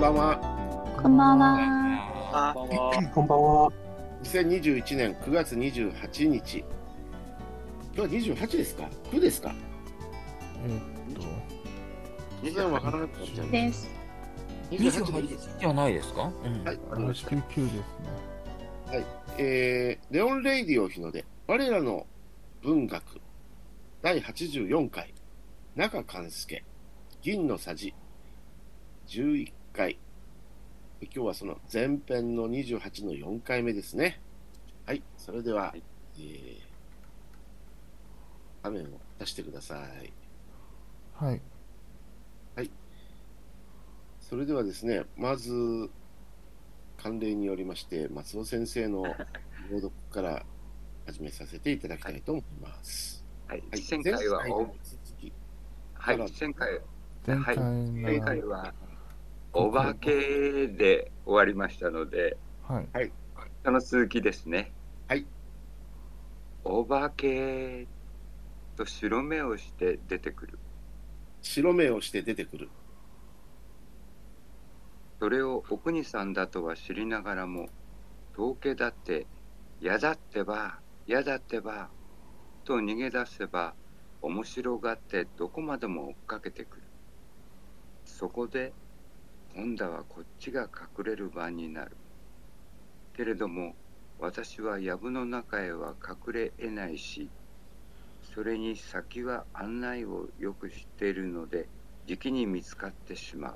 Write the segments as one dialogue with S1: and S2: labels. S1: ばんは。
S2: こんばんは。
S3: あ
S4: こんばんは。
S5: こんばんは。
S1: 2021年9月28日。今日は28ですか ?9 ですか
S6: うんと、
S1: 突然わからなくなっちゃう。
S2: です。
S1: 28です。
S6: じゃないですかうん
S1: はい、わかりました。
S7: 19ですね。
S1: えー、レオン・レイディオ日ので、我らの文学、第84回、中勘助、銀のさじ、11回。今日はその前編の28の4回目ですね。はい、それでは、えー、画面を出してください。
S7: はい。
S1: それではですね、まず、慣例によりまして、松尾先生 の朗読から始めさせていただきたいと思います。
S3: はい
S1: はい、
S3: 前回は
S1: 前
S3: オ
S1: の
S3: ー
S1: 続き
S3: はい
S1: はい
S3: 前回
S7: 前
S3: はい
S7: 回の、
S3: 前回はお化けで終わりましたので
S7: はい。
S3: その続きですね
S1: はい
S3: お化けと白目をして出てくる
S1: 白目をして出てくる。
S3: それをお国さんだとは知りながらも統計だって嫌だってば嫌だってばと逃げ出せば面白がってどこまでも追っかけてくるそこで今度はこっちが隠れる番になるけれども私は藪の中へは隠れえないしそれに先は案内をよく知っているのでじきに見つかってしま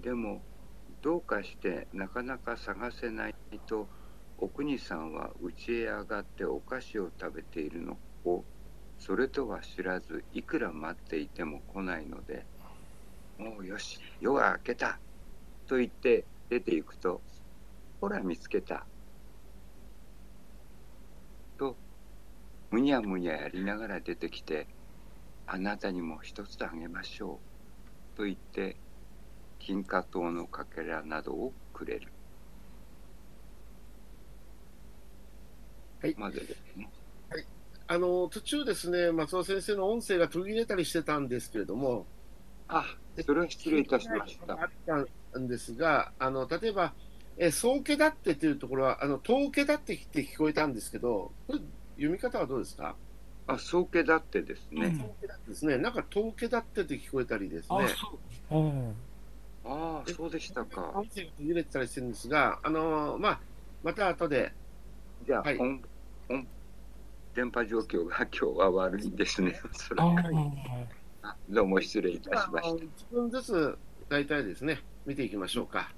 S3: うでもどうかしてなかなか探せないとお国さんは家へ上がってお菓子を食べているのをそれとは知らずいくら待っていても来ないのでもうよし夜が明けたと言って出て行くとほら見つけたとむにゃむにゃやりながら出てきてあなたにも一つあげましょうと言って金貨糖のかけらなどをくれる。
S1: はい
S3: までですね。
S1: あの、途中ですね、松尾先生の音声が途切れたりしてたんですけれども、
S3: あ、それは失礼いたしまし
S1: あ
S3: た。
S1: ったんですが、あの、例えば、え、総家だってというところは、あの、統計だってって聞こえたんですけど、これ読み方はどうですか
S3: あ、総計だってですね。
S1: ですね、なんか統計だってって聞こえたりです
S6: あ
S1: ね。、
S6: そう。うん。
S3: ああ、そうでしたか。
S1: 音声が途切れてたりしてるんですが、あのまあ、また後で、
S3: じゃあ、
S1: はい
S3: 音音電波状況が 今日は悪いんですね。おそ
S6: あ
S3: らく
S6: ー
S3: あどうも失礼いたしました。
S1: 一分ずつ大体ですね、見ていきましょうか。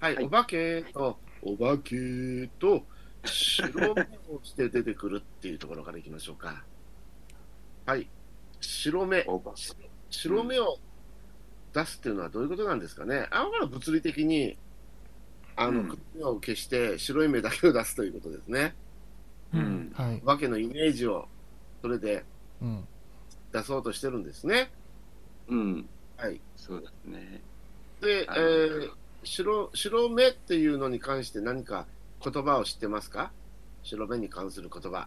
S1: はい、
S3: はい
S1: お化けと、お化けと、白目をして出てくるっていうところからいきましょうか。はい、白目、
S3: オーバー。
S1: 白目を出すっていうのはどういうことなんですかね。あんまり物理的に、あの、
S3: うん
S1: 黒目を消して白い目だけを出すということですね。
S3: う
S6: うんん。
S7: はい
S1: お。化けのイメージを、それで
S7: うん。
S1: 出そうとしてるんですね。
S3: うん。
S1: はい。
S3: そうですね。
S1: で、え
S3: あの
S1: ー、白白目っていうのに関して何か言葉を知ってますか白目に関する言葉。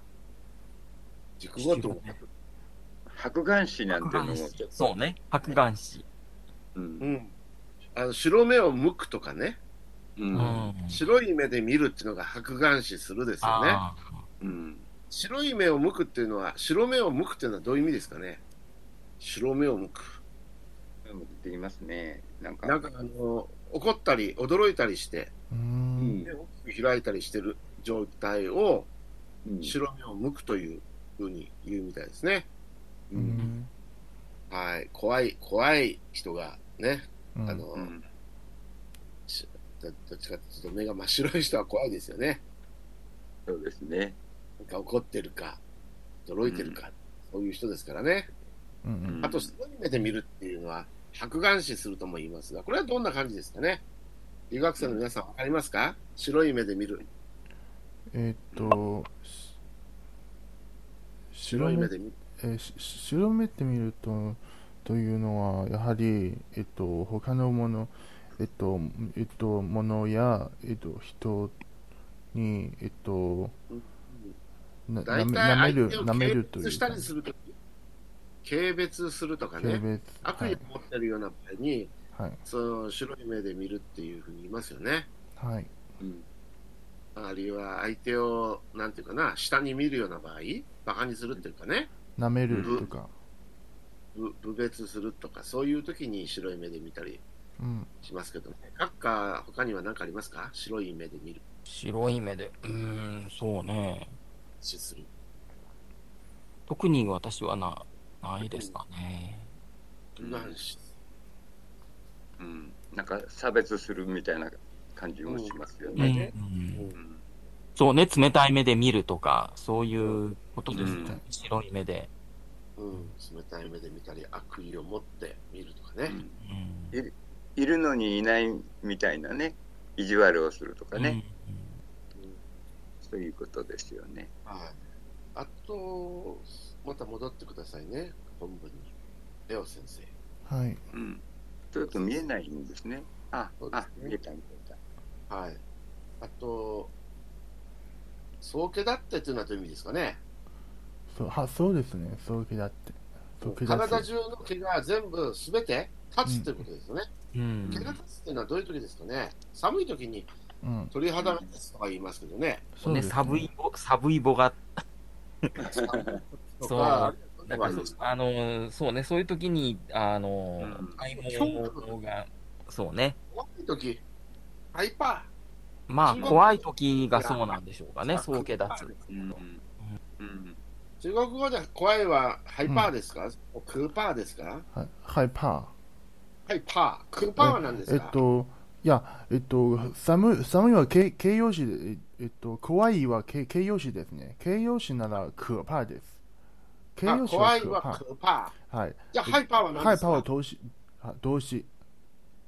S1: 熟語と。
S3: 白眼視なんてのも、
S6: そうね。白眼視。
S3: う。
S1: うんん。あの白目を向くとかね、
S3: う。
S6: うん
S1: 白い目で見るっていうのが白眼視するですよね。
S6: あ
S3: うん。
S1: 白い目を向くっていうのは、白目を向くっていうのはどういう意味ですかね白目を向く。
S3: できますね。なんか。
S1: なんかあの、怒ったり、驚いたりして、
S7: うー。
S3: うんん
S1: 目。を大きく開いたりしてる状態を、
S3: うん
S1: 白目を向くというふうに言うみたいですね。
S3: う。
S7: うんん。
S1: はい、怖い、怖い人がね、
S7: う
S1: あ
S7: ん。
S1: の、
S3: うん
S1: どどっちかというと目が真っ白い人は怖いですよね。
S3: そうですね。
S1: なんか怒ってるか、驚いてるか、そういう人ですからね。
S7: うん。
S1: あと、すごい目で見るっていうのは、白眼視するとも言いますが、これはどんな感じですかね。留学生の皆さん、わかりますか白い目で見る、
S7: えーっと、し白
S1: 白い
S7: 目
S1: 目、で見る。
S7: えーし白目って見ると、というのは、やはり、えっと、他のもの、えっと、えっと、ものや、えっと、人に、えっと、なな
S1: 大
S7: め
S1: 体、
S7: なめる、
S1: 相手を
S7: なめる
S1: 軽
S7: とい
S1: 蔑し
S7: う
S1: た
S7: か。
S1: りするとき、軽蔑するとかね、
S7: 軽蔑
S1: 悪
S7: は
S1: 意
S7: い
S1: を持ってるような場合に、
S7: はい
S1: その白い目で見るっていうふうに言いますよね。
S7: はい
S3: うん
S1: あるいは相手を、なんていうかな、下に見るような場合、馬鹿にするっていうかね、
S7: 舐めるとか、
S1: ぶ部別するとか、そういう時に白い目で見たり
S7: うん、
S1: しますけどね。閣下、他には何かありますか白い目で見る、
S6: 白い目で。うーん、そうね。
S1: 視する。
S6: 特に私はな、ないですかね。
S3: うん
S1: なんし
S3: うん、なんか差別するみたいな感じもしますよ
S1: う
S6: うんん
S3: ね。
S6: うん
S3: うん
S6: そうね、冷たい目で見るとか、そういうことです
S3: う
S6: ね
S3: ん。
S6: 白い目で。
S1: うん、冷たい目で見たり、悪意を持って見るとか
S3: う
S1: ね。
S3: ん
S6: うん
S3: いるのにいないみたいなね、意地悪をするとかね、。
S1: うん
S3: そういうことですよね。
S1: はい。あと、また戻ってくださいね、本文に。レオ先生。
S7: はい
S3: うん、ちょっと見えないんですね。あ
S1: そう、です
S3: あ
S1: ね、
S3: 見えた見えた。
S1: はい。あと、総家だってというのはどういう意味ですかね。
S7: そうあそうですねそう気だってそう気だって
S1: 体中の毛が全部すべて立つということですよね。
S6: うん
S1: 毛が立つというのはどういう時ですかね。寒い時に
S7: うん
S1: 鳥肌が立つとか言いますけどね。
S7: そう
S6: ね、
S7: ですね
S6: サブイボ、サブイボが、
S1: と
S6: そう
S1: か、あ
S6: な
S1: る
S6: ん
S1: いは
S6: かそうあのー、そうね、そういう時に、あの
S3: うん
S6: ー、買い物が、そうね。
S1: 怖い時、ハイパ
S6: まあ、
S1: 中国
S6: 怖い時がそうなんでしょうかね、
S1: 中国
S6: そうけ立つ。
S3: うんうん
S1: ー。中国語で怖いはハイパーですか、クーパーですか
S7: はい害怕
S1: ハイパー。クーパーは何です
S7: えっ
S1: か
S7: といやえっと寒い寒いは形形容詞でえっと怖いは形形容詞ですね形容詞なら可怕です形
S1: あ
S7: 容詞
S1: 怖
S7: はい可
S1: は
S7: 怕
S1: クーパー。
S7: はい
S1: じゃあハイパーは何
S7: 害
S1: です
S7: 怕は
S1: か
S7: 動詞あ動詞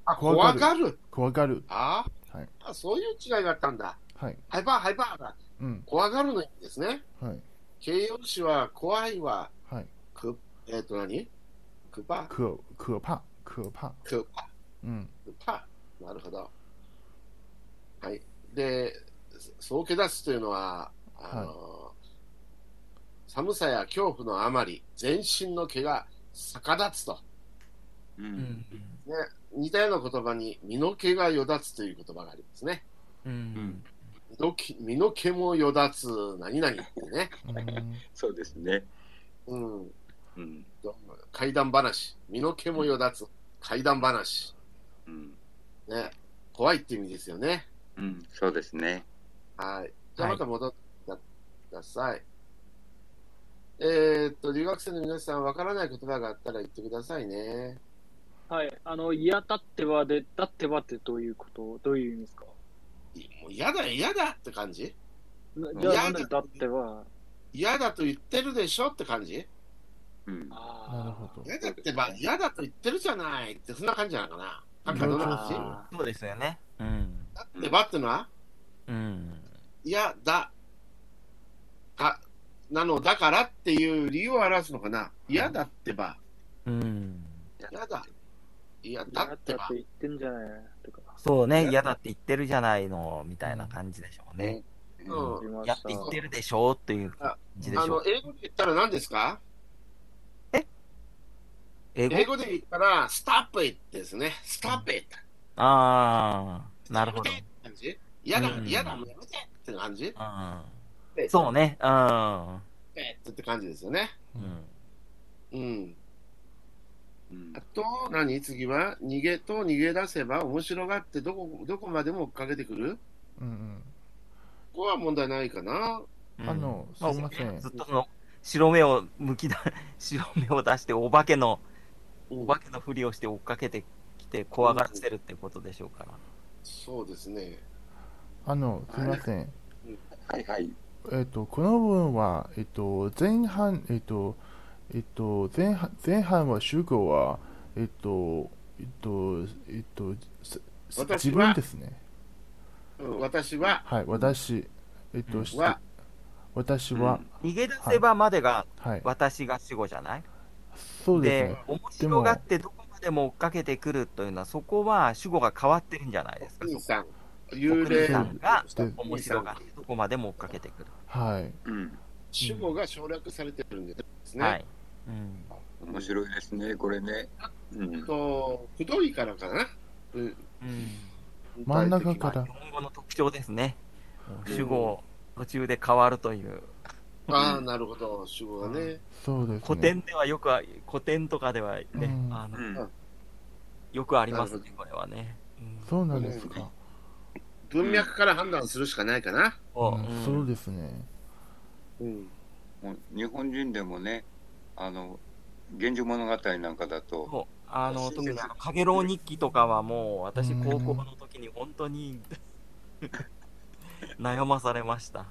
S1: あ怖
S7: 怖
S1: が
S7: が
S1: る。
S7: 怖がる
S1: ああ、
S7: はい
S1: あそういう違いがあったんだ。
S7: はい
S1: ハイパー、ハイパーだ。
S7: うん
S1: 怖がるの意味ですね。
S7: はい
S1: 形容詞は怖いは、
S7: はい
S1: くえっ、と何クパー
S7: 可可怕可怕
S1: クパ
S7: うん
S1: クパー。なるほど。はい。で、そうけ出すというのは、あの寒さや恐怖のあまり、全身の毛が逆立つと。
S3: うんう
S6: うんん。
S1: 似たような言葉に、身の毛がよだつという言葉がありますね。
S6: う
S3: うん
S6: ん。
S1: 身の毛身の毛もよだつ、何々ってね。
S7: うん
S3: そうですね。
S1: うん。
S3: うん
S1: 怪談話、身の毛もよだつ、怪談話、
S3: うん
S1: ね、怖いって意味ですよね。
S3: うんそうですね。
S1: はい。じゃあま
S6: はい
S1: た戻ってください。えーっと、留学生の皆さん、わからない言葉があったら言ってくださいね。
S4: はい。あの、いや、だってはで、だってはってどういうことどういう意味ですか
S1: いもう嫌だ、嫌だって感じ
S4: ないじゃあ、
S1: や
S4: なんでだっては、
S1: 嫌だと言ってるでしょって感じ
S3: うん
S4: あー
S7: なるほど
S1: 嫌だってば、嫌だと言ってるじゃないって、そんな感じなのかな。なんかどんな感じだ
S4: あ
S6: そうですよね。うん。
S1: ってばってのは
S6: うん。
S1: 嫌だか、なのだからっていう理由を表すのかな嫌だってば。
S6: うん。
S1: やだ。いや、
S4: ー
S1: だ
S4: だ
S1: っ
S4: ってて
S1: ば
S4: っ。て言ってんじゃないとか。
S6: そうね、嫌だって言ってるじゃないの、みたいな感じでしょうね。
S1: うん
S4: 言いま
S6: 嫌
S4: し
S6: って
S4: た
S6: 言ってるでしょうっていう感じで
S1: あ
S6: しょ
S1: の
S6: う。、
S1: 英語で言ったら何ですか
S6: 英
S1: 英
S6: 語
S1: 語で言ったら、スタップイですね。スタップイ
S6: ああ、なるほど。
S1: 感じ嫌だ
S6: う、ん
S1: 嫌だ、もうやめてって感じ
S6: うん。そうね、うん。
S1: えーって感じですよね。
S6: うん。
S1: うん。
S3: うん
S1: あと、何次は、逃げと逃げ出せば面白がってどこ、どこまでも追っかけてくる
S7: うん
S1: ここは問題ないかな。
S7: うんあのす
S6: まあ
S7: いません
S6: ずっとその白目をむきだ 白目を出してお化けの
S1: うん
S6: お化けのふりをして追っかけてきて怖がらせるってことでしょうから。
S1: そうですね。
S7: あのすいません
S3: はいはい。
S7: えっと、この文は、えっと、前半、えっと、えっと、前半、前半は主語は、えっと、えっと、えっと、すす
S1: 私は
S7: 自分ですね。
S1: うん私は、
S7: はい、私、えっ
S6: う
S7: と、
S6: ん
S7: して
S1: は、
S7: 私は、
S6: 逃げ出せばまでが
S7: はい、
S6: 私が死後じゃない、
S7: そう
S6: で
S7: ですね。
S6: 面白がってどこまでも追っかけてくるというのはそこは主語が変わってるんじゃないですか。
S1: お兄
S6: そこ
S1: さん、幽霊
S6: お兄さんが
S7: そう
S6: 面白がってどこまでも追っかけてくる。
S7: はい、
S3: うん
S1: 主語が省略されてるんですね。
S6: はい。うん
S3: 面白いですね、これね。うん、
S1: と、太いからかな。うん。
S6: うん
S7: 真ん中からら
S6: 日本語の特徴ですね。主語、途中で変わるという。
S1: ああ、なるほど、主語がね。
S7: そうですね
S6: 古典ではよくは、古典とかではね、
S7: うん
S6: あの
S3: うん
S6: よくあります
S1: な
S6: ね、これはね。うん
S7: そうなんですか、
S1: 文脈から判断するしかないかな。
S6: そ
S7: う
S6: う
S7: ん
S6: うん
S7: そうですね
S1: うん。
S3: もう日本人でもね、あの、源氏物語なんかだと、
S6: そうあの
S3: 親切
S6: 特にあの「かげろう日記」とかはもう私
S7: うん
S6: 高校の時に本当に 悩まされました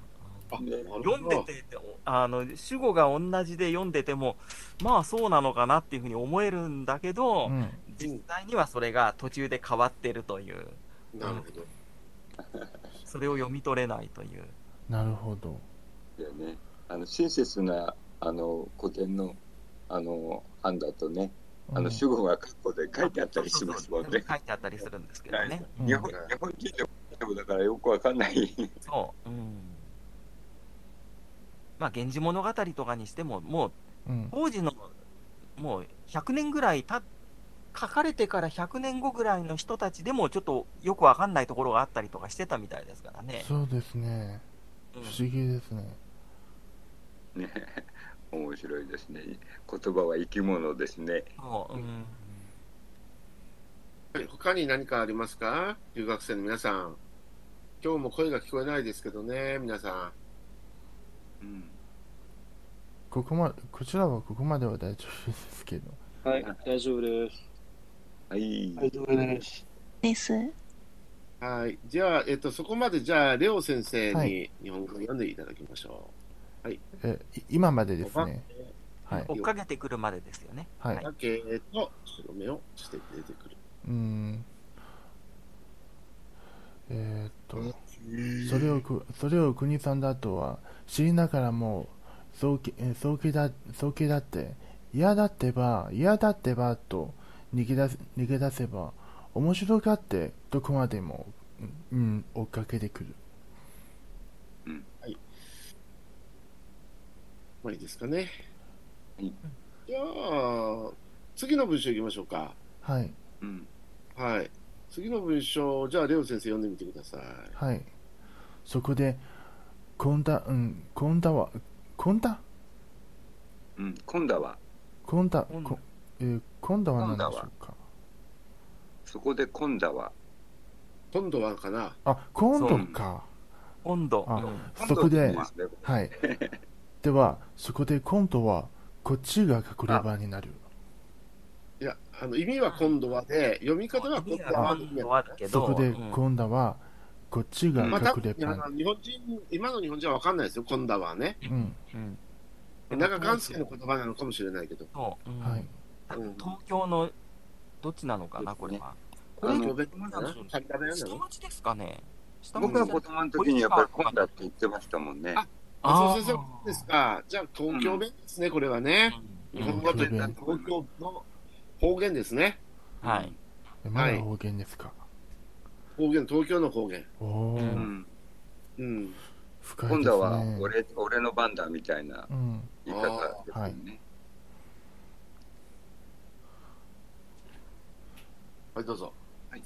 S1: あ、なるほど。
S6: 読んでてあの主語が同じで読んでてもまあそうなのかなっていうふうに思えるんだけど、
S7: うん
S6: 実際にはそれが途中で変わってるという
S1: なるほど。
S6: それを読み取れないという
S7: なるほど
S3: だよね。あの親切なあの古典のあの版だとね、あの主語が括弧で書いてあったりしますもんね。
S6: 書いてあったりするんですけどね、
S7: うん
S3: 日本日本人でもだからよくわかんない。
S6: そううんまあ「源氏物語」とかにしてももう
S7: うん
S6: 当時のもう100年ぐらいた書かれてから100年後ぐらいの人たちでもちょっとよくわかんないところがあったりとかしてたみたいですからね。
S7: そうですね
S6: うん
S7: 不思議ですね
S3: ね、面白いですね。言葉は生き物ですね。
S6: そううん
S1: はい他に何かありますか留学生の皆さん。今日も声が聞こえないですけどね、皆さ
S3: うん、
S7: ここまこちらはここまでは大丈夫ですけど
S4: はい、大丈夫です。
S3: はい。
S4: 丈夫です。
S2: です。
S1: ん。はい。じゃあ、えっと、そこまで、じゃあ、レオ先生
S7: は
S1: に
S7: い
S1: 日本語を読んでいただきましょ
S7: えい今までですねはい
S6: 追っかけてくるまでですよね。
S7: はい
S1: だけど、白目をして出てくる。
S7: うんえーっとそれをくそれを国さんだとは知りながらも早期えー早期だ早期だって嫌だってば嫌だってばと逃げ出せ逃げ出せば面白がってどこまでも、うんうん、追っかけてくる
S1: まあいいですかね。
S3: はい
S1: じゃあ、次の文章いきましょうか。
S7: はい
S3: うん。
S1: はい。次の文章、じゃあ、レオ先生読んでみてください。
S7: はいそこで今度うん今度は今度
S3: うん。今度は
S7: 今度
S6: 今度
S7: こえー今度は何でしょうか
S3: そこで今度は
S1: 今度はかな。
S7: あ今度
S6: そう
S7: か
S6: 温度。
S7: あ
S6: うん
S7: そこで
S3: 今度って言うんですね
S7: はい。では、そこで今度は、こっちが隠れ場になる。
S1: いや、あの、意味は今度はで、読み方は今度は。
S6: 温度はあるけ
S7: そ
S6: ど、
S7: こで
S6: うん
S7: 今度は、こっちが
S6: うん
S1: まあ、多
S7: 隠れ
S1: 分
S7: 場
S1: あの日本人、今の日本人は分かんないですよ、今度はね。
S7: うん。
S6: うん
S1: 中関西の言葉なのかもしれないけど。
S6: そううん
S7: はい。
S1: うん
S6: 東京のどっちなのかな、これは。こ
S1: あ
S6: れ、
S1: の、別
S6: なんでしょう
S1: に、旅な
S6: 下
S1: の
S6: 町ですかね。下町
S3: 僕
S6: じゃ
S3: は子供の時にやっぱり今度って言ってましたもんね。
S1: あ
S6: あー
S1: そうそうそうですか。じゃあ、東京弁ですね、これはね。
S6: うん
S1: 日本語といったら東京の方言ですね。
S6: はい。
S7: えまだ方言ですか。
S1: 方言、東京の方言。
S7: おお
S3: う
S7: ー、
S3: ん。
S1: うん。
S7: 深いですね。
S3: 今度は俺俺の番だみたいな
S7: うん。
S3: 言い方ですよね。
S1: はい、どうぞ。
S3: はい。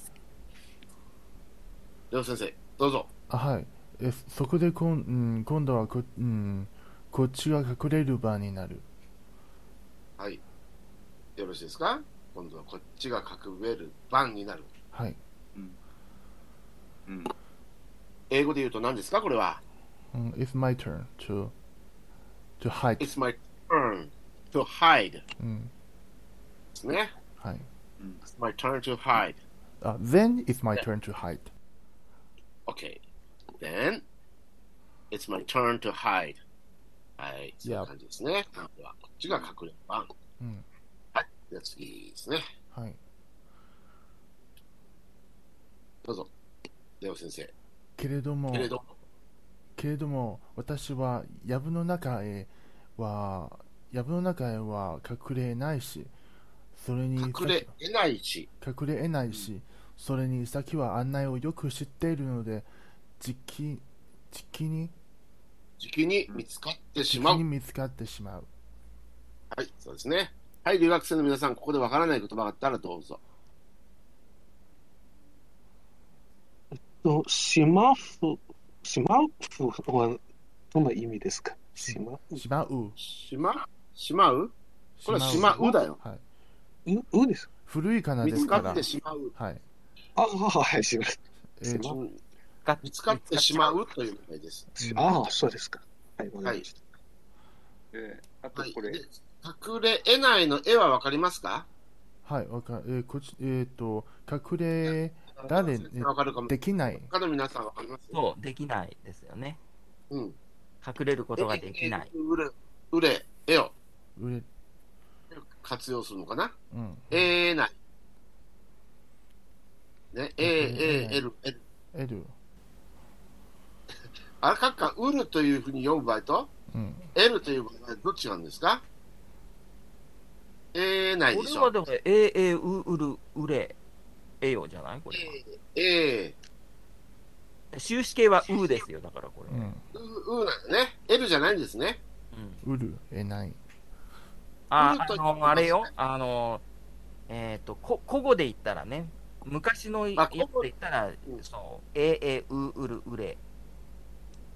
S1: レオ先生、どうぞ。
S7: あ、はい。え、そこでこん、うん、今度はこ、うん、こっちが隠れる場になる。
S1: はい。よろしいですか今度はこっちが隠れる番になる。
S7: はい。
S3: うん。
S1: 英語で言うと何ですかこれは。
S7: うん、It's my turn to, to hide.
S1: It's my turn to hide で
S7: うん。
S1: すね。
S7: はい。
S1: It's my turn to hide.
S7: あ、then it's my turn to hide.
S1: Okay. Then, it's my turn to hide. はい。そういう感じですね。今度はこっちが隠れる番。
S7: うん。
S1: じゃあ次ですね。
S7: はい。
S1: どうぞ。レオ先生。
S7: けれども、
S1: けれども、
S7: けれども私は藪の中へは藪の中へは隠れないしそれに先
S1: 隠れ得ないし、
S7: 隠れえないし、それに先は案内をよく知っているのでじきじきに
S1: 時期に見つかって
S7: じ
S1: し
S7: き
S1: まう
S7: に。見つかってしまう
S1: はい、そうですね。はい、留学生の皆さん、ここでわからない言葉があったらどうぞ。
S5: と、島府、島府はどんな意味ですか島
S7: しまう。
S1: 島しまうこれはしまうだよ。
S7: はい。
S5: う、うです。
S7: 古い仮名
S1: 見
S7: で
S1: つ
S7: すから。
S1: かってしまう。
S7: はい。
S5: ああ、はい、します。
S7: えー
S5: しま
S1: うん
S6: が
S1: 見つかってしまうという名前です。
S7: うん
S5: ああ、そうですか。はい、わかりました。
S3: えーあと
S1: はい。
S3: これ、
S1: で隠れ得ないの絵はわかりますか
S7: はい、わかえーこっち、えっ、と、隠れ誰
S1: 先生わかるかも。
S7: できない。
S1: 他の皆さんわかります
S6: そう、できないですよね。
S1: うん。
S6: 隠れることができない。
S1: うれ、うれ、絵を
S7: うれ、
S1: 活用するのかな
S7: うん。
S1: えーない。ね、えー、えー、える、える。
S7: L。
S1: あらかっか、うるというふうに読む場合と、
S7: うん。
S1: えるという場合はどっちなんですかえーない
S6: こ
S1: で
S6: れ
S1: し
S6: は
S1: ょ。
S6: でも、えー、えー、う、うる、うれ、えよじゃないこれは。
S1: え
S6: 終止形はうですよ、だからこれ。
S7: う
S6: うん。
S7: ん。
S1: ー、う、うなんだね。えるじゃないんですね。
S7: うる、えない。
S6: あ、
S1: うる
S6: あ
S1: と
S6: の、あれよ、あの、えっ、と、こ、古語で言ったらね、昔のや
S1: あ
S6: つで言ったら
S1: 古、語
S6: そう、えー、えー、う、うる、うれ。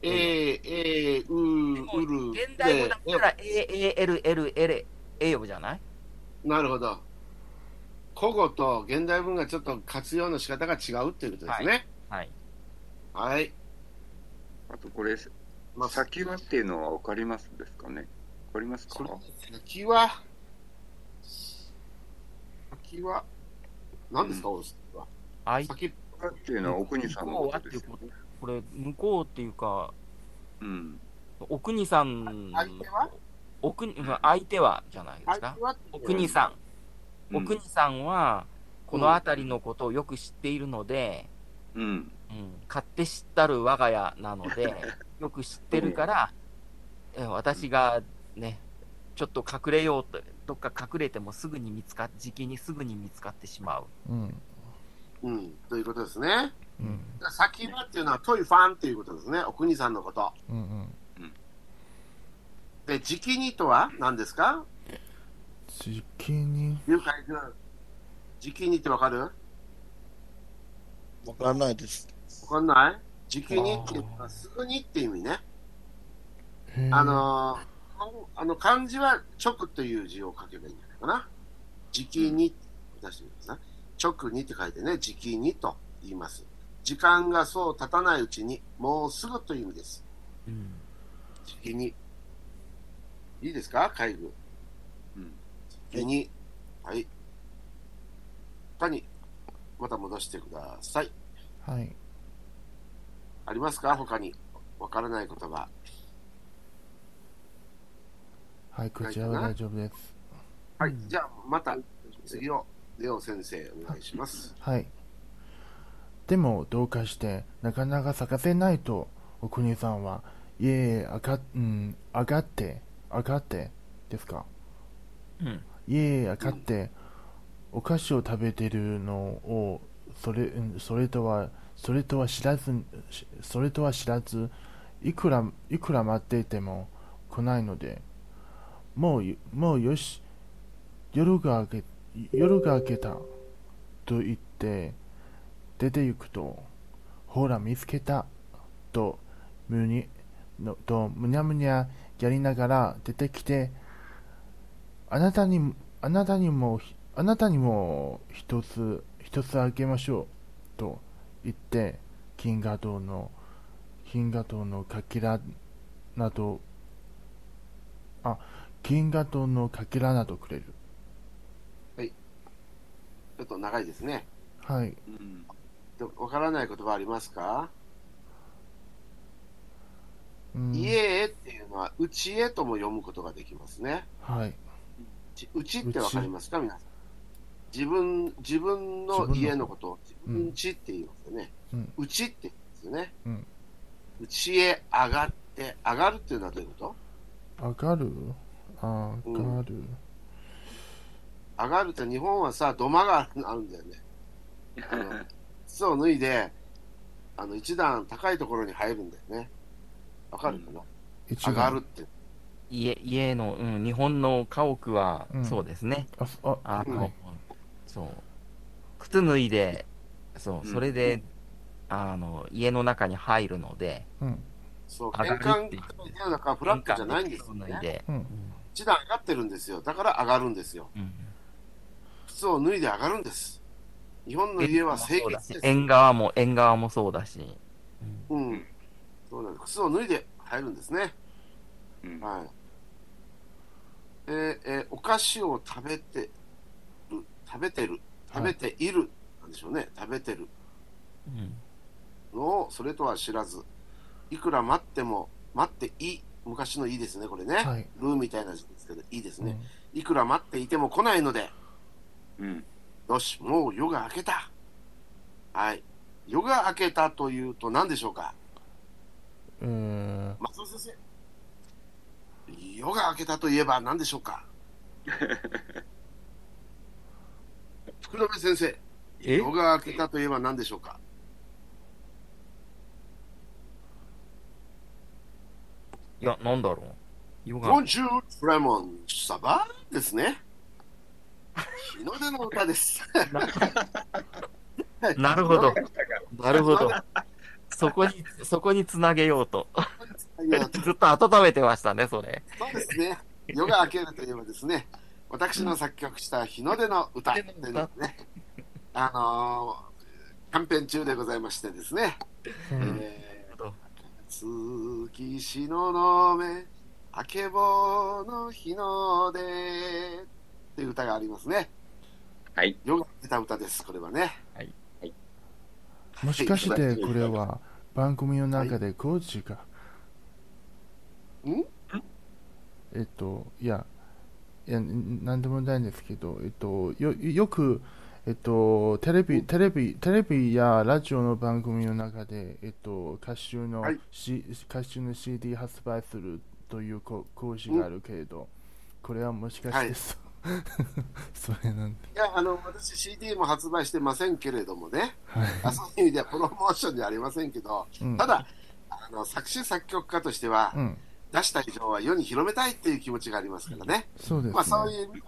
S1: えー、えー、う
S6: でも
S1: ー、うる、
S6: 現代語だった
S1: え
S6: ら、えー、えー、える、える、えれ、えよじゃない
S1: ーなるほど。古語と現代文がちょっと活用の仕方が違うっていうことですね。
S6: はい。
S1: はい。
S3: あとこれ、
S1: まあ、さっき、
S3: 先はっていうのは分かりますですかね分かりますか
S1: それ先は、先は、何ですか、お先は。
S6: あい、
S1: 先、
S3: 先はっていうのは奥にさんのことですよね。
S6: これ、向こうっていうか、
S3: うん。
S6: お国さん、
S1: 相手は
S6: お国相手はじゃないですか
S1: 先。は、
S6: お国さん、
S3: う
S6: お
S3: ん
S6: 国さんは、この辺りのことをよく知っているので、
S3: うん。
S6: うん、勝手知ったる我が家なので、よく知ってるから、え私がね、ちょっと隠れようと、どっか隠れてもすぐに見つかっ、時期にすぐに見つかってしまう。
S7: うん。
S1: うん、ということですね。
S7: うん。
S1: 先はっていうのは、トイファンっていうことですね。お国さんのこと。
S7: うん。うん。
S1: で、時期にとは何ですか
S7: 時期に、
S1: ゆうかいくん。時期にってわかるわ
S8: わからないです。
S1: かんない時期にっていうのは、すぐにって意味ね。
S7: へー
S1: あ、のーかんあの漢字は直という字を書けばいいんじゃないかな。時期に、出してみてください。直にって書いてね、時期にと言います。時間がそう経たないうちに、もうすぐという意味です。時期に。いいですか海軍。
S3: うん。
S1: 時期に。はい。他に、また戻してください。
S7: はい。
S1: ありますか他に。わからない言葉。
S7: はい、こちらは大丈夫です。
S1: はい。じゃあ、また、次のレオ先生、お願いします。
S7: はい。でも、どうかして、なかなか咲かせないと、お国さんは、いえいえ、あが、うん、上がって、上がって、ですか。
S6: うん。
S7: いえいえ、上がって、お菓子を食べてるのを、それ、うんそれとは、それとは知らず、しそれとは知らず、いくら、いくら待っていても来ないので、もうよ、もうよし、夜が明け、夜が明けた。と言って出て行くとほら見つけたとむにのとむにゃむにゃやりながら出てきてあなたにあなたにもひあなたにも一つ一つあげましょうと言って金河堂の金河堂のかけらなどあ金河堂のかけらなどくれる
S1: ちょっと長いですね。
S7: はい
S3: うん。
S1: でわからない言葉ありますか、
S7: うん
S1: 家へっていうのは、うちへとも読むことができますね。
S7: はいう
S1: ちってわかりますか皆さん。自分、自分の家のことを自分ちって言いますよね。
S7: うん
S1: うちって言うんですよね。
S7: うん
S1: うちへ上がって、上がるっていうのはどういうこと
S7: 上がる上がる、
S1: 上がるって日本はさ、土間があるんだよね。あの、靴を脱いで、あの、一段高いところに入るんだよね。わかるかな、
S7: 一
S1: 上が
S7: 段
S1: るって。
S6: 家家の、うん、日本の家屋は
S7: うん
S6: そうですね、
S7: あ、そあ、
S6: あの、
S7: はい
S6: そう靴脱いでそう
S3: うん
S6: それで、あの家の中に入るので
S7: うん、
S1: そう、
S6: 上
S1: 玄
S6: がる
S1: 関
S6: っ、て
S1: 玄
S6: 言って
S1: 関だからフラットじゃないんですよ
S6: 玄関で靴脱い
S1: ね。
S6: で、
S7: うん、
S1: 一段上がってるんですよ。だから上がるんですよ。
S6: うん
S1: 靴を脱いで上がるんです。日本の家は清
S6: そうだ
S1: 潔
S6: し
S1: です。
S6: 縁側も縁側もそうだし、
S1: うん。そうなんです。靴を脱いで入るんですね。
S3: うん
S1: はい。えーえーお菓子を食べてる、食べてる、食べている、なんでしょうね。食べてる
S6: うん
S1: のを、それとは知らず、いくら待っても、待っていい、昔のいいですね、これね。
S7: はい
S1: ルーみたいな字ですけど、いいです
S7: うん
S1: ね。いくら待っていても来ないので、
S3: うん
S1: よし、もう夜が明けた。はい。夜が明けたというと何でしょうか
S7: えー、
S1: 松尾先生。夜が明けたといえば何でしょうか福留先生。
S6: え
S1: 夜が明けたといえば何でしょうか
S6: いや、なんだろう。ヨガ。
S1: ?Don't you, Fremon, サバですね。日の出の歌です。
S6: なるほど。なるほど。 そこに、そこにつなげようと。
S1: いや
S6: ずっと温めてましたね、それ。
S1: そうですね。夜が明けるといえばですね、私の作曲した日の出の歌っていうのがね、あのー、キャンペーン中でございましてですね、
S7: うん、
S1: え
S6: なるほど
S1: ー、月しののめ、あけぼの日の出っていう歌がありますね。
S3: はい。
S1: 夜が明けた歌です、これはね。
S7: もしかしてこれは番組の中でコーチが、
S1: ん
S7: えっといやいやんなんでもないんですけどえっとよよくえっとテレビテレビテレビやラジオの番組の中でえっと歌手の、
S1: はい
S7: C、歌手の CD 発売するというこ講師があるけれどこれはもしかしてそ, 、 れなんで
S1: いや、あの、私 CD も発売してませんけれどもね、
S7: はい
S1: あそういう意味ではプロモーションじゃありませんけど、
S7: うん
S1: ただ、あの作詞作曲家としては、
S7: うん
S1: 出した以上は世に広めたいっていう気持ちがありますからね。
S7: そうですね、
S1: まあそういう意味の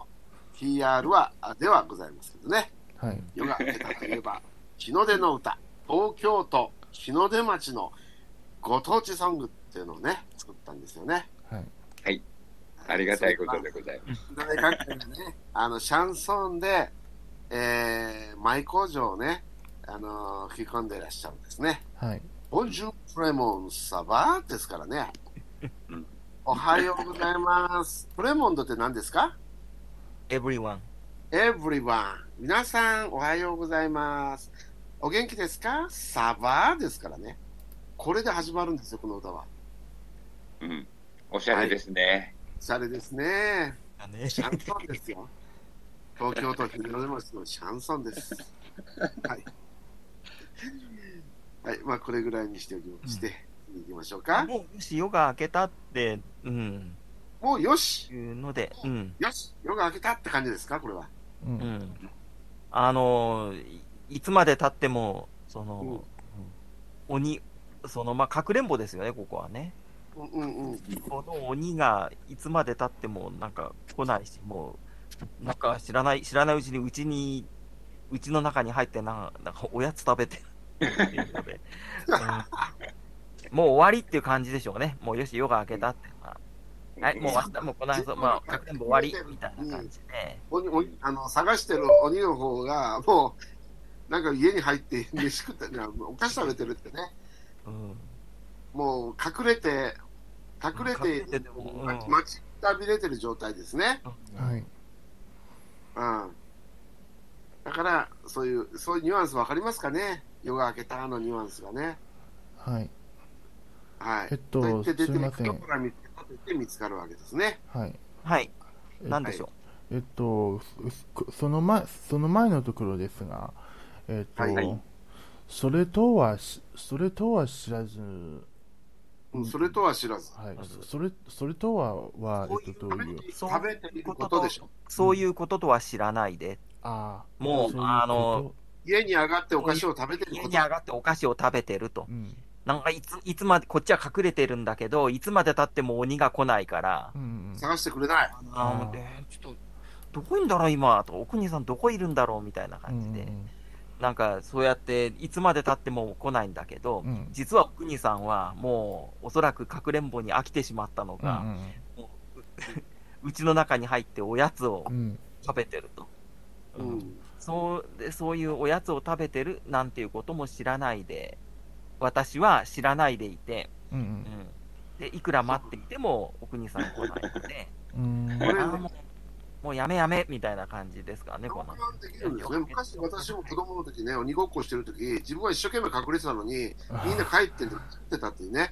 S1: PR は、あではございますけどね。
S7: はい
S1: 夜が明けたといえば、日の出の歌、東京都日の出町のご当地ソングっていうのをね、作ったんですよね。
S7: はい
S3: ありがたいことでございます。
S1: 大学会のね、あの、シャンソンで、えー、舞工場をね、あのー吹き込んでいらっしゃるんですね。
S7: はい
S1: ボンジュプレモンサバですからね
S3: うん。
S1: おはようございます。プレモンドって何ですか
S6: everyone。
S1: ?Everyone。皆さん、おはようございます。お元気ですかサバですからね。これで始まるんですよ、この歌は。
S3: うん。おしゃれですね。
S1: シャレですね。
S6: だね。
S1: シャンソンですよ。東京都日の出町のシャンソンです。はい。はい、まあ、これぐらいにしておきまして、次行きましょうか。
S6: もう、もし夜が明けたって、うん、
S1: もうよし
S6: いうので、うん、
S1: よし夜が明けたって感じですかこれは。
S7: うん
S6: うん。あの、いいつまで経っても、その、
S1: うん
S6: うん鬼、その、まあ、かくれんぼですよね、ここはね。
S1: うんうんうん。
S6: この鬼がいつまで経ってもなんか来ないし、もう、なんか知らない、知らないうちにうちに、うちの中に入ってな、なんかおやつ食べてるっていうので、うんもう終わりっていう感じでしょうね。もうよし、夜が明けたっていうのは。はい、もう明日も来ないぞ、まあ、全部終わりみたいな感じで。
S1: 鬼鬼あの探してる鬼の方が、もう、なんか家に入って飯食って、ね、お菓子食べてるってね、
S6: うん
S1: もう隠れて、隠れて、
S6: 隠れてでもうん
S1: 待ち待ちくたびれてる状態ですね。
S7: はい
S1: うん。だから、そういう、そういうニュアンスわかりますかね夜が明けたのニュアンスがね。
S7: はい
S1: はい。
S7: えっと
S1: 言って出て
S7: すいません
S1: どこから見つけたと言って見つかるわけですね。
S7: はい
S6: はい、
S7: え
S6: なんでしょ
S7: えっと、そその前、その前のところですが、えっと、
S1: はいはい
S7: それとはし、それとは知らず、
S1: うん、それとは知らず。
S7: はい
S6: ま、ず
S7: そそれ、それとは、は、
S1: そう
S7: え
S1: い
S7: っ
S1: う
S7: と、どういう、
S6: そう
S1: 食べていることでしょ。
S6: う。そういうこととは知らないで。
S7: ああ、
S6: も
S7: そ
S6: う
S7: いこと
S6: あの、
S1: 家に上がってお菓子を食べてる
S6: 家
S1: こ
S6: に
S1: と
S6: 上がってお菓子を食べてると
S7: う。ん、
S6: なんかいつ、いつまで、こっちは隠れてるんだけど、いつまで経っても鬼が来ないから、
S7: うん
S1: 探してくれない。
S6: あーもうえーちょっと、どこいんだろう、今、と、奥にさんどこいるんだろう、みたいな
S7: うん
S6: 感じで、なんか、そうやって、いつまで経っても来ないんだけど、
S7: うんうん
S6: 実は奥にさんは、もう、おそらくかくれんぼに飽きてしまったの
S7: うん
S6: か、うちの中に入っておやつを
S7: うんうん
S6: 食べてると。
S1: うん。
S6: そうでそういうおやつを食べてるなんていうことも知らないで、私は知らないでいて、
S7: うん
S6: うん、でいくら待っていても、お国さん来ないので、
S7: うんうん
S6: あ
S1: これ
S6: ーもうもうやめやめみたいな感じですからね、こ
S1: 共
S6: の
S1: 感できるんですね。昔、私も子供の時ね、鬼ごっこしてる時、自分は一生懸命隠れてたのに、みんな帰ってんの食ってたっていうね。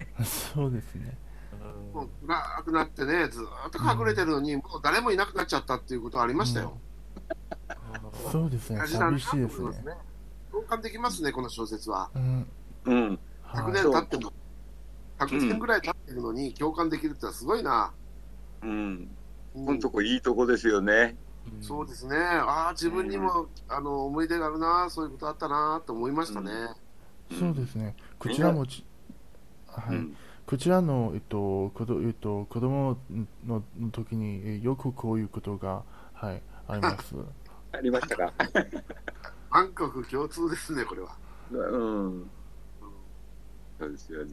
S7: そうですね。
S1: もう暗くなってね、ずーっと隠れてるのに、もう誰もいなくなっちゃったっていうことありましたよ。
S7: そうですね。
S1: 同じだな
S7: 寂
S1: と
S7: しい
S1: 思
S7: です
S1: ま
S7: ね。。
S1: 共感できますね、この小説は。
S7: うん。
S3: うん。
S1: 100
S7: は
S1: 年経っても、100年ぐらい経ってるのに共感できるってのはすごいな。
S3: うん。
S1: う
S3: このとこいいとこですよね。
S6: うん
S1: そうですね。ああ、自分にも、あの思い出があるな、そういうことあったなと思いましたね。
S7: い。そうですね。こちらもじ、は
S3: う
S7: い。
S3: ん。
S7: こちらの、えっと、子どえっと、子供のの時にえよくこういうことが、はい、あります。
S3: ありましたか。
S1: 韓国共通ですね、これは。
S3: うん。そうですよね。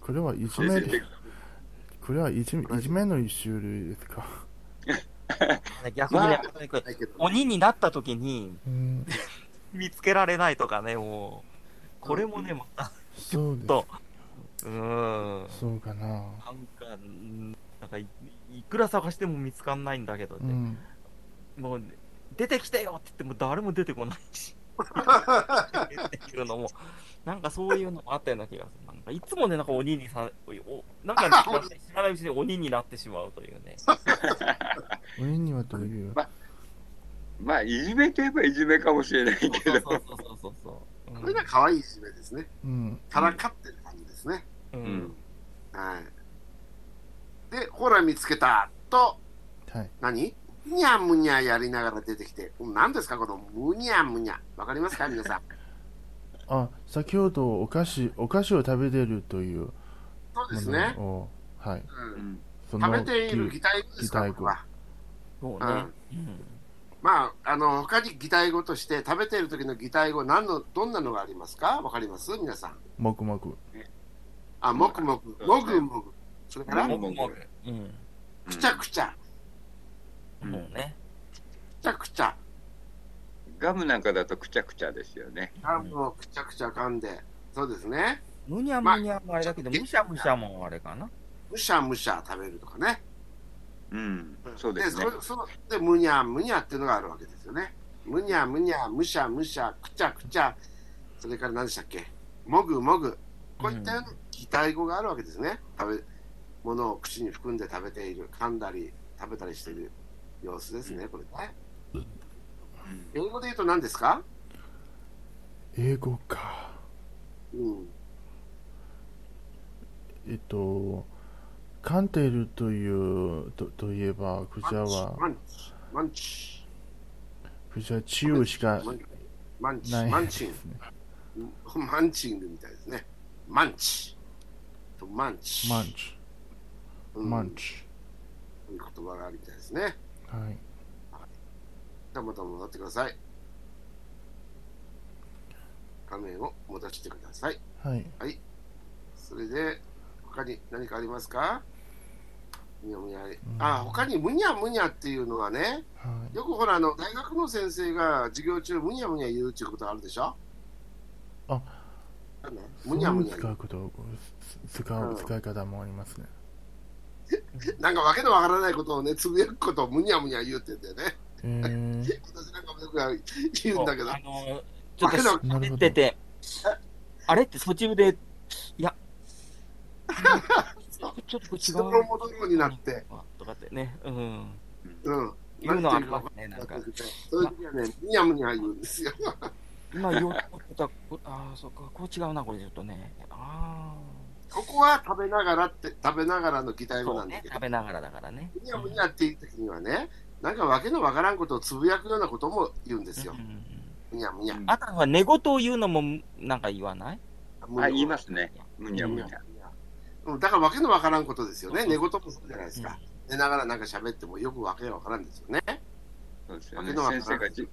S7: これはいじめ
S3: 先
S7: で
S3: 生
S7: す。これはいじめいじめの一種類ですか。
S6: 逆にね、
S3: ま
S1: ないけど
S6: 鬼になった時に
S7: うん、
S6: 見つけられないとかね、もう、これもね、も
S7: そうで
S6: う、
S7: す。
S6: と、うーん。
S7: そうかな。
S6: なんか、うんなんかい、いくら探しても見つかんないんだけど
S7: う
S6: ね。
S7: ん。
S6: もう、出てきてよって言っても誰も出てこないし。っていうのも、なんかそういうのもあったような気がする。なんかいつもね、なんか鬼にさ、おなんか知らない知らないうちに鬼になってしまうというね。
S7: 鬼にはどういう。
S3: まあ、いじめといえばいじめかもしれない
S6: そう
S3: け
S6: そ
S3: ど。
S6: うそうそうそう。
S1: これが可愛いい締めですね。
S7: うん。
S1: からかってる感じですね。
S6: う
S3: うんん。
S1: はい。で、ほら見つけたと、
S7: はい。
S1: 何にゃむにゃやりながら出てきて、何ですか、このむにゃむにゃ。わかりますか、皆さん。
S7: あ、先ほどお菓子、お菓子を食べてるという
S1: そうで
S7: も
S1: すね。
S7: のを、はい。
S1: うん
S7: そ
S1: 食べている擬態語ですか、
S7: 擬態語
S1: これは。
S6: そう
S1: う
S6: ね
S1: ん。
S6: うん
S1: まあ、あの、他に擬態語として、食べている時の擬態語、何の、どんなのがありますかわかります皆さん。
S7: もくもく。
S1: あ、もくもく、もぐもぐ。それから、
S3: も
S1: く
S3: ぐもぐ
S6: うん。
S1: ちゃくちゃ、
S3: うん
S6: もうね。
S1: くちゃくちゃ。
S3: ガムなんかだとくちゃくちゃですよね。
S1: あ、もうくちゃくちゃ噛んで。そうですね。
S6: むにゃむにゃもあれだけど、むしゃむしゃもあれかな。
S1: むしゃむしゃ食べるとかね。
S3: うん。そうですね
S1: で、。そそのでむにゃむにゃっていうのがあるわけですよね。むにゃむにゃ、むしゃむしゃ、くちゃくちゃ。それから何でしたっけもぐもぐ。こういったような擬態語があるわけですね。食べ物を口に含んで食べている、噛んだり、食べたりしている様子ですね、これね。英語で言うと何ですか
S7: 英語か。
S1: うん。
S7: えっと、カンテルという、とといえば、こちらは、
S1: マンチ、マンチ、
S7: こちら治癒しか
S1: マンチ、マンチ、
S7: ない
S1: マン
S7: で
S1: チン。
S7: すね。
S1: マンチングみたいですね。マンチ。とマンチ。
S7: マンチ、
S1: うん
S7: マンチ。
S1: という言葉があるみたいですね。
S7: はい。
S1: たまたま戻ってください。画面を戻してください。
S7: はい。
S1: それで、他に何かありますかむにゃむにゃ
S7: ん
S1: あ、他にむにゃむにゃっていうのはね、
S7: はい。
S1: よくほら、あの、大学の先生が授業中、むにゃむにゃ言うっていうことあるでしょ
S7: あ、
S1: なんだ
S7: そ
S1: む
S7: う
S1: にゃむ
S7: いう
S1: にゃ
S7: 使。うこと、す使
S1: うん
S7: う、使い方もありますね。
S1: なんかわけのわからないことをね、つぶやくことをむにゃむにゃ言うってんだよね。
S7: えー、
S1: 私なんかもよく言うんだけど
S6: あ、の、ちょっと
S1: わけ
S7: のわかんない
S6: 喋ってて、あれって途中で、いや、ちょっと
S1: 人
S6: 違
S1: の
S6: う。
S1: 戻ろうになって、
S6: とかってね、うん。
S1: うん。
S6: 言うのあるわけね、なんか。
S1: そういう時はね、むにゃむにゃ言うんですよ。
S6: 今言おうと思ってた、こああ、そっか、こう違うな、これちょっとね。あ
S1: ここは食べながらって、食べながらの擬
S6: あ、
S1: 態語
S6: そ
S1: な
S6: うん
S1: だ
S6: ね
S1: け、ど
S6: 食、べながらだからね。
S1: むにゃむにゃっていう時にはね、なんかわけのわからんことをつぶやくようなことも言うんですよ
S6: う。ん
S1: むにゃむにゃ。
S6: あとは寝言を言うのも、なんか言わない
S5: む。
S3: あ、言いますすね。むにゃむにゃ。
S1: うんだからわけのわからんことですよね。寝言もそうじゃないですか。寝ながらなんか喋ってもよくわけがわからんですよね。
S3: そうですよね。
S1: けど
S3: 先生がじ、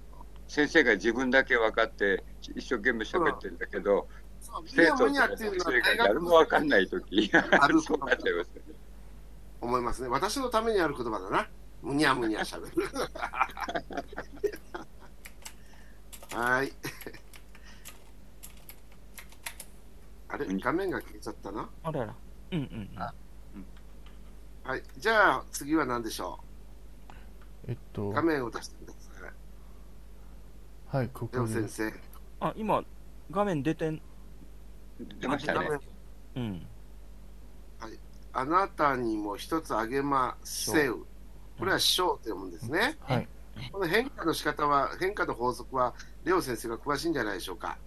S3: 先生が自分だけ分かって、一生懸命喋ってるんだけど、
S1: そう、みん
S3: 生
S1: なむ
S3: 徒と
S1: にゃっていうの
S3: 先
S1: は
S3: 生
S1: 大
S3: が
S1: 学
S3: 誰も分かんないとき、そうな
S1: あ
S3: っちゃい
S1: るそう
S3: ますよ
S1: な
S3: ね
S1: んだ。思いますね。私のためにある言葉だな。むにゃむにゃ喋る。はい。あれ画面が消えちゃったな。
S6: あらら。うんうん。
S3: あ
S1: はい。じゃあ次は何でしょ
S7: えっ
S1: う
S7: と
S1: 画、面を出してください。
S7: はい、こ
S1: レ
S7: こ
S1: オ
S7: で
S1: 先。生。
S6: あ、今、画面出てん。
S3: 出ましたね。
S6: うん。
S1: あなたにも一つあげませう。これは師匠と読むんですね。
S7: はい。
S1: この変化の仕方は、変化の法則は、レオ先生が詳しいんじゃないでしょうか。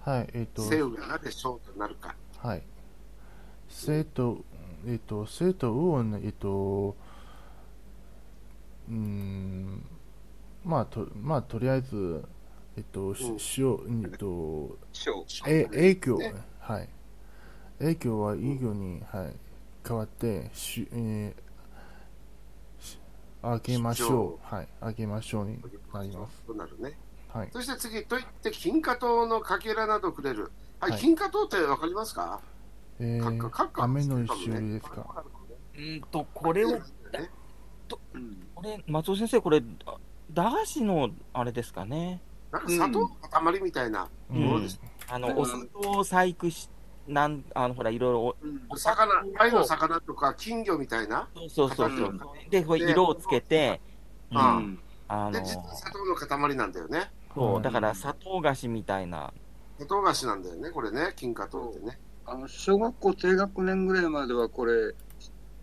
S7: はい、えっと、
S1: セウがなぜショートになるか。
S7: はい。生徒、えっと、生徒を、えっと、うーん、まあ、と、まあ、とりあえず、えっと、し
S1: うん
S7: しよう、えっと、
S3: ショ
S7: え影響
S1: ね、
S7: はい。影響は営業に、はい、変わって、し、えーしあげましょう。はい。あげましょうになります。
S1: となるね。
S7: はい。
S1: そして次、といって、金貨糖のかけらなどくれる。はい、
S7: はい
S1: 金貨糖ってわかりますか、
S7: え
S1: かっ
S7: ー
S1: かかっか
S7: 雨の一種類ですか。
S6: うんと、これを、
S1: ね
S3: ー。
S6: これ、松尾先生、これ、あ駄菓子のあれですかね。
S1: なんか砂糖の塊みたいな
S7: う
S1: もの
S7: ん
S1: です。
S6: あ
S3: うん。
S6: の、お砂糖を細工し、なん、あの、ほら、いろいろお、
S1: お魚、貝の魚とか金魚みたいな。
S6: そうそうそうそううんで、これ色をつけて、
S1: うん
S3: うん。
S6: あ
S1: で、
S6: の、
S1: 実は砂糖の塊なんだよね。
S6: そう、だから砂糖菓子みたいな。
S1: 砂糖菓子なんだよね、これね、金貨糖ってね。
S3: あの小学校低学年ぐらいまではこれ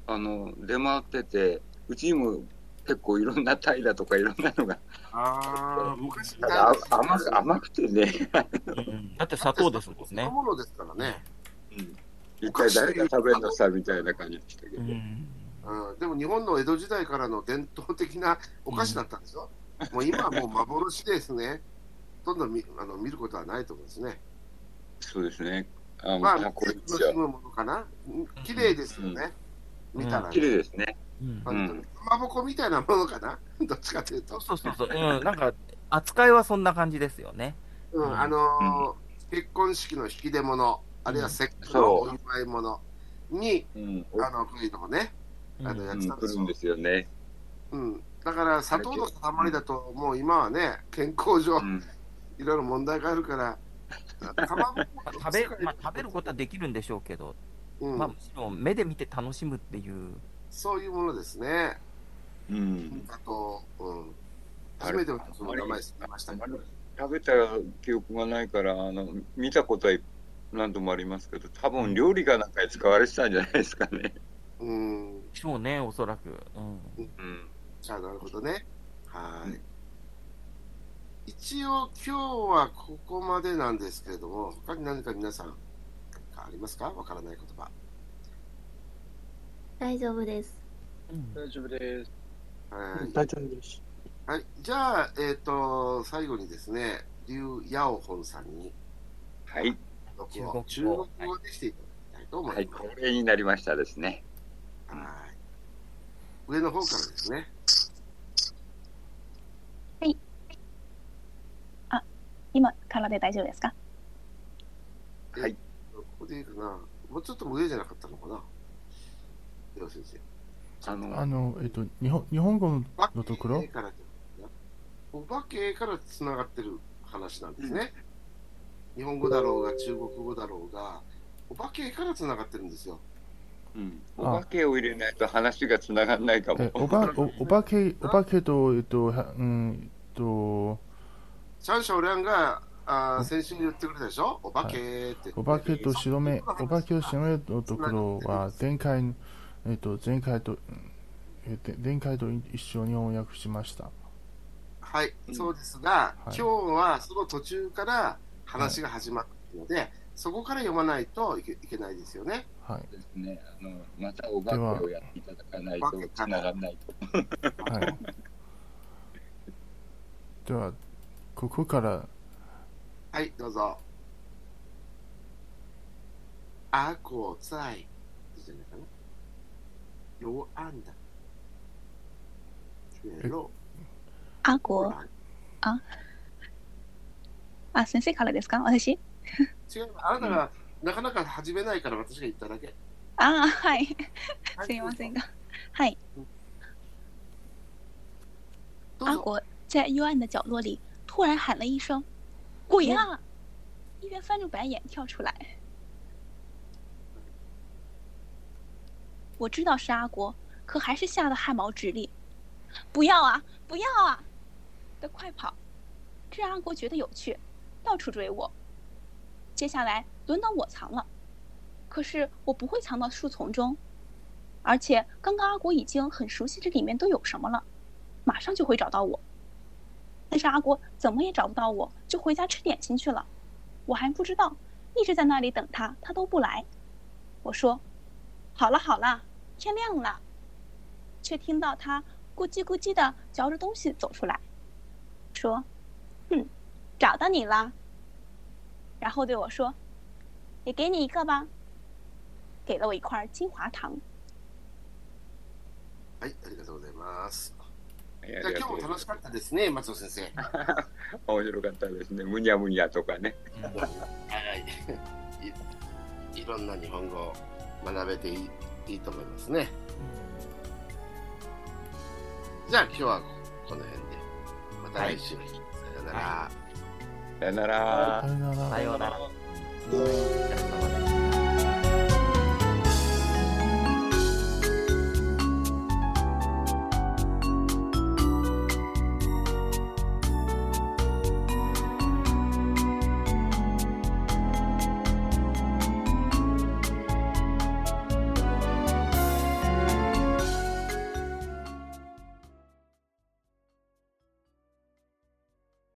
S3: あの出回っててうちにも結構いろんなタイだとかいろんなのが
S1: ああ、昔み
S3: た
S1: たい
S3: だ
S1: な
S3: あ甘く甘くてね、
S6: うんだって砂糖ですもんね。
S1: ものですからね。
S3: 一体誰が食べるのさみたいな感じでしたけ
S6: う
S3: ど、
S6: ん。
S1: うん、でも日本の江戸時代からの伝統的なお菓子だったんですよ。もう今はもう幻ですね。ほとんど見あの見ることはないと思うんですね。
S3: そうですねあの、
S1: まあ、
S3: あ、これ
S1: 楽しむものかな。うん綺麗ですよね。
S6: うん
S1: 見たら、
S3: 綺
S1: ね。
S3: 麗ですね
S6: うん
S1: かままぼこみたいなものかな。 どっちかというと。
S6: そうそうそう。うん。なんか、扱いはそんな感じですよね。
S1: うん、あのー結婚式の引き出物、あるいは節句のお
S3: そう
S1: 祝い物に、
S3: うん、
S1: あの、こういうのをね、あの、
S6: うん
S1: や
S3: う
S1: っ
S3: ん、
S1: てたんで
S3: 来
S1: す
S3: る
S1: よ
S3: んですよね、
S1: うん。だから、砂糖の塊だと、もう今はね、健康上
S3: う、ん、
S1: いろいろ問題があるから、かまぼこ
S6: まあ食 べ、まあ、食べることはできるんでしょうけど、
S1: うん
S6: まあ、むしろ目で見て楽しむっていう。
S1: そういうものですね。
S3: うん、
S1: あと、うん、
S3: あ
S1: 初
S3: れ
S1: めて私も名前知りましたけど、
S3: 食べた記憶がないからあの見たことは何度もありますけど多分料理かなんかに使われてたんじゃないですかね、
S1: うん、
S6: でしょうね、おそらく。うん。
S3: うん
S1: じゃあなるほどね。はい。一応今日はここまでなんですけれども、他に何か皆さん、何かありますかわからない言葉。
S2: 大丈夫です。
S6: うん
S4: 大丈夫です。
S1: はい。
S5: 大丈夫です。
S1: はい、じゃあ、えっ、と、最後にですね、劉ヤオホンさんに
S3: はい、
S1: 録音中
S6: 中
S1: 国
S6: 国
S1: 語
S6: 語
S1: でしていただきたいと思
S3: はい、
S1: います。
S3: 恒例になりましたですね。
S1: はい上の方からですね。
S2: 今からで大丈夫ですか
S3: はい、
S1: ここでいいかな。もうちょっと上じゃなかったのかな。では先生。
S3: あの、
S7: あの、えっと、日本日本語の
S1: お化
S7: のところ
S1: けからお化けからつながってる話なんですね。日本語だろうが中国語だろうが、お化けからつながってるんですよ。
S3: うん、お化けを入れないと話がつながらないかも
S7: え。おばおお化け、お化けと、えっと、はうん、えっと、
S1: シャンシャオリャンがあー先週言ってくれたでしょお化けって。
S7: お化けと白目、お化けと白目のところは、前回、えっと、前回と、えで前回と一緒に翻訳しました。
S1: はい、そうですが、
S7: は
S1: 今
S7: い
S1: 日はその途中から話が始まってるので、そこから読まないといけいけないですよね。
S7: はい。
S3: ですね。あの、またお化けをやっていただかないと
S1: では
S3: つながらないと。
S7: はい。では、ここから、
S1: はい、どうぞ。阿狗在じゃないかな。よあんだ。血肉
S2: あ、
S1: 不
S2: こう、
S1: 然
S2: あ、先生からですか私
S1: 違う、あなたがなかなか始めないから私が言っただけ。
S2: あー、はい。
S1: は
S2: すいません。が。はい。
S1: どう
S2: 阿
S1: ぞ。
S2: 国在幽暗的角落里突然喊了一声：“鬼啊！”一边翻着白眼跳出来。我知道是阿国，可还是吓得汗毛直立。不要啊！不要啊！的快跑，这让阿国觉得有趣，到处追我。接下来轮到我藏了，可是我不会藏到树丛中，而且刚刚阿国已经很熟悉这里面都有什么了。马上就会找到我。但是阿国怎么也找不到我，就回家吃点心去了。我还不知道，一直在那里等他，他都不来。我说：“好了好了，天亮了。”却听到他咕叽咕叽的嚼着东西走出来，说：“哼，找到你啦。”然后对我说：“也给你一个吧。”给了我一块金华糖。
S1: はい、ありがとうございます。
S3: はい
S1: じ
S3: あ
S1: ゃあ
S3: りが
S1: 今日
S3: とう
S1: も
S3: ございま
S1: 楽
S3: す
S1: しかったですね、松尾先生。は
S3: 面白かったですね。むにゃむにゃとかね。
S1: い。い ろんな日本語を学べていいいいと思いますね。じゃあ今日はこの辺で。また来週。さよなら。
S3: さよなら。
S7: さよなら。
S6: さようなら。
S8: うん
S6: さようなら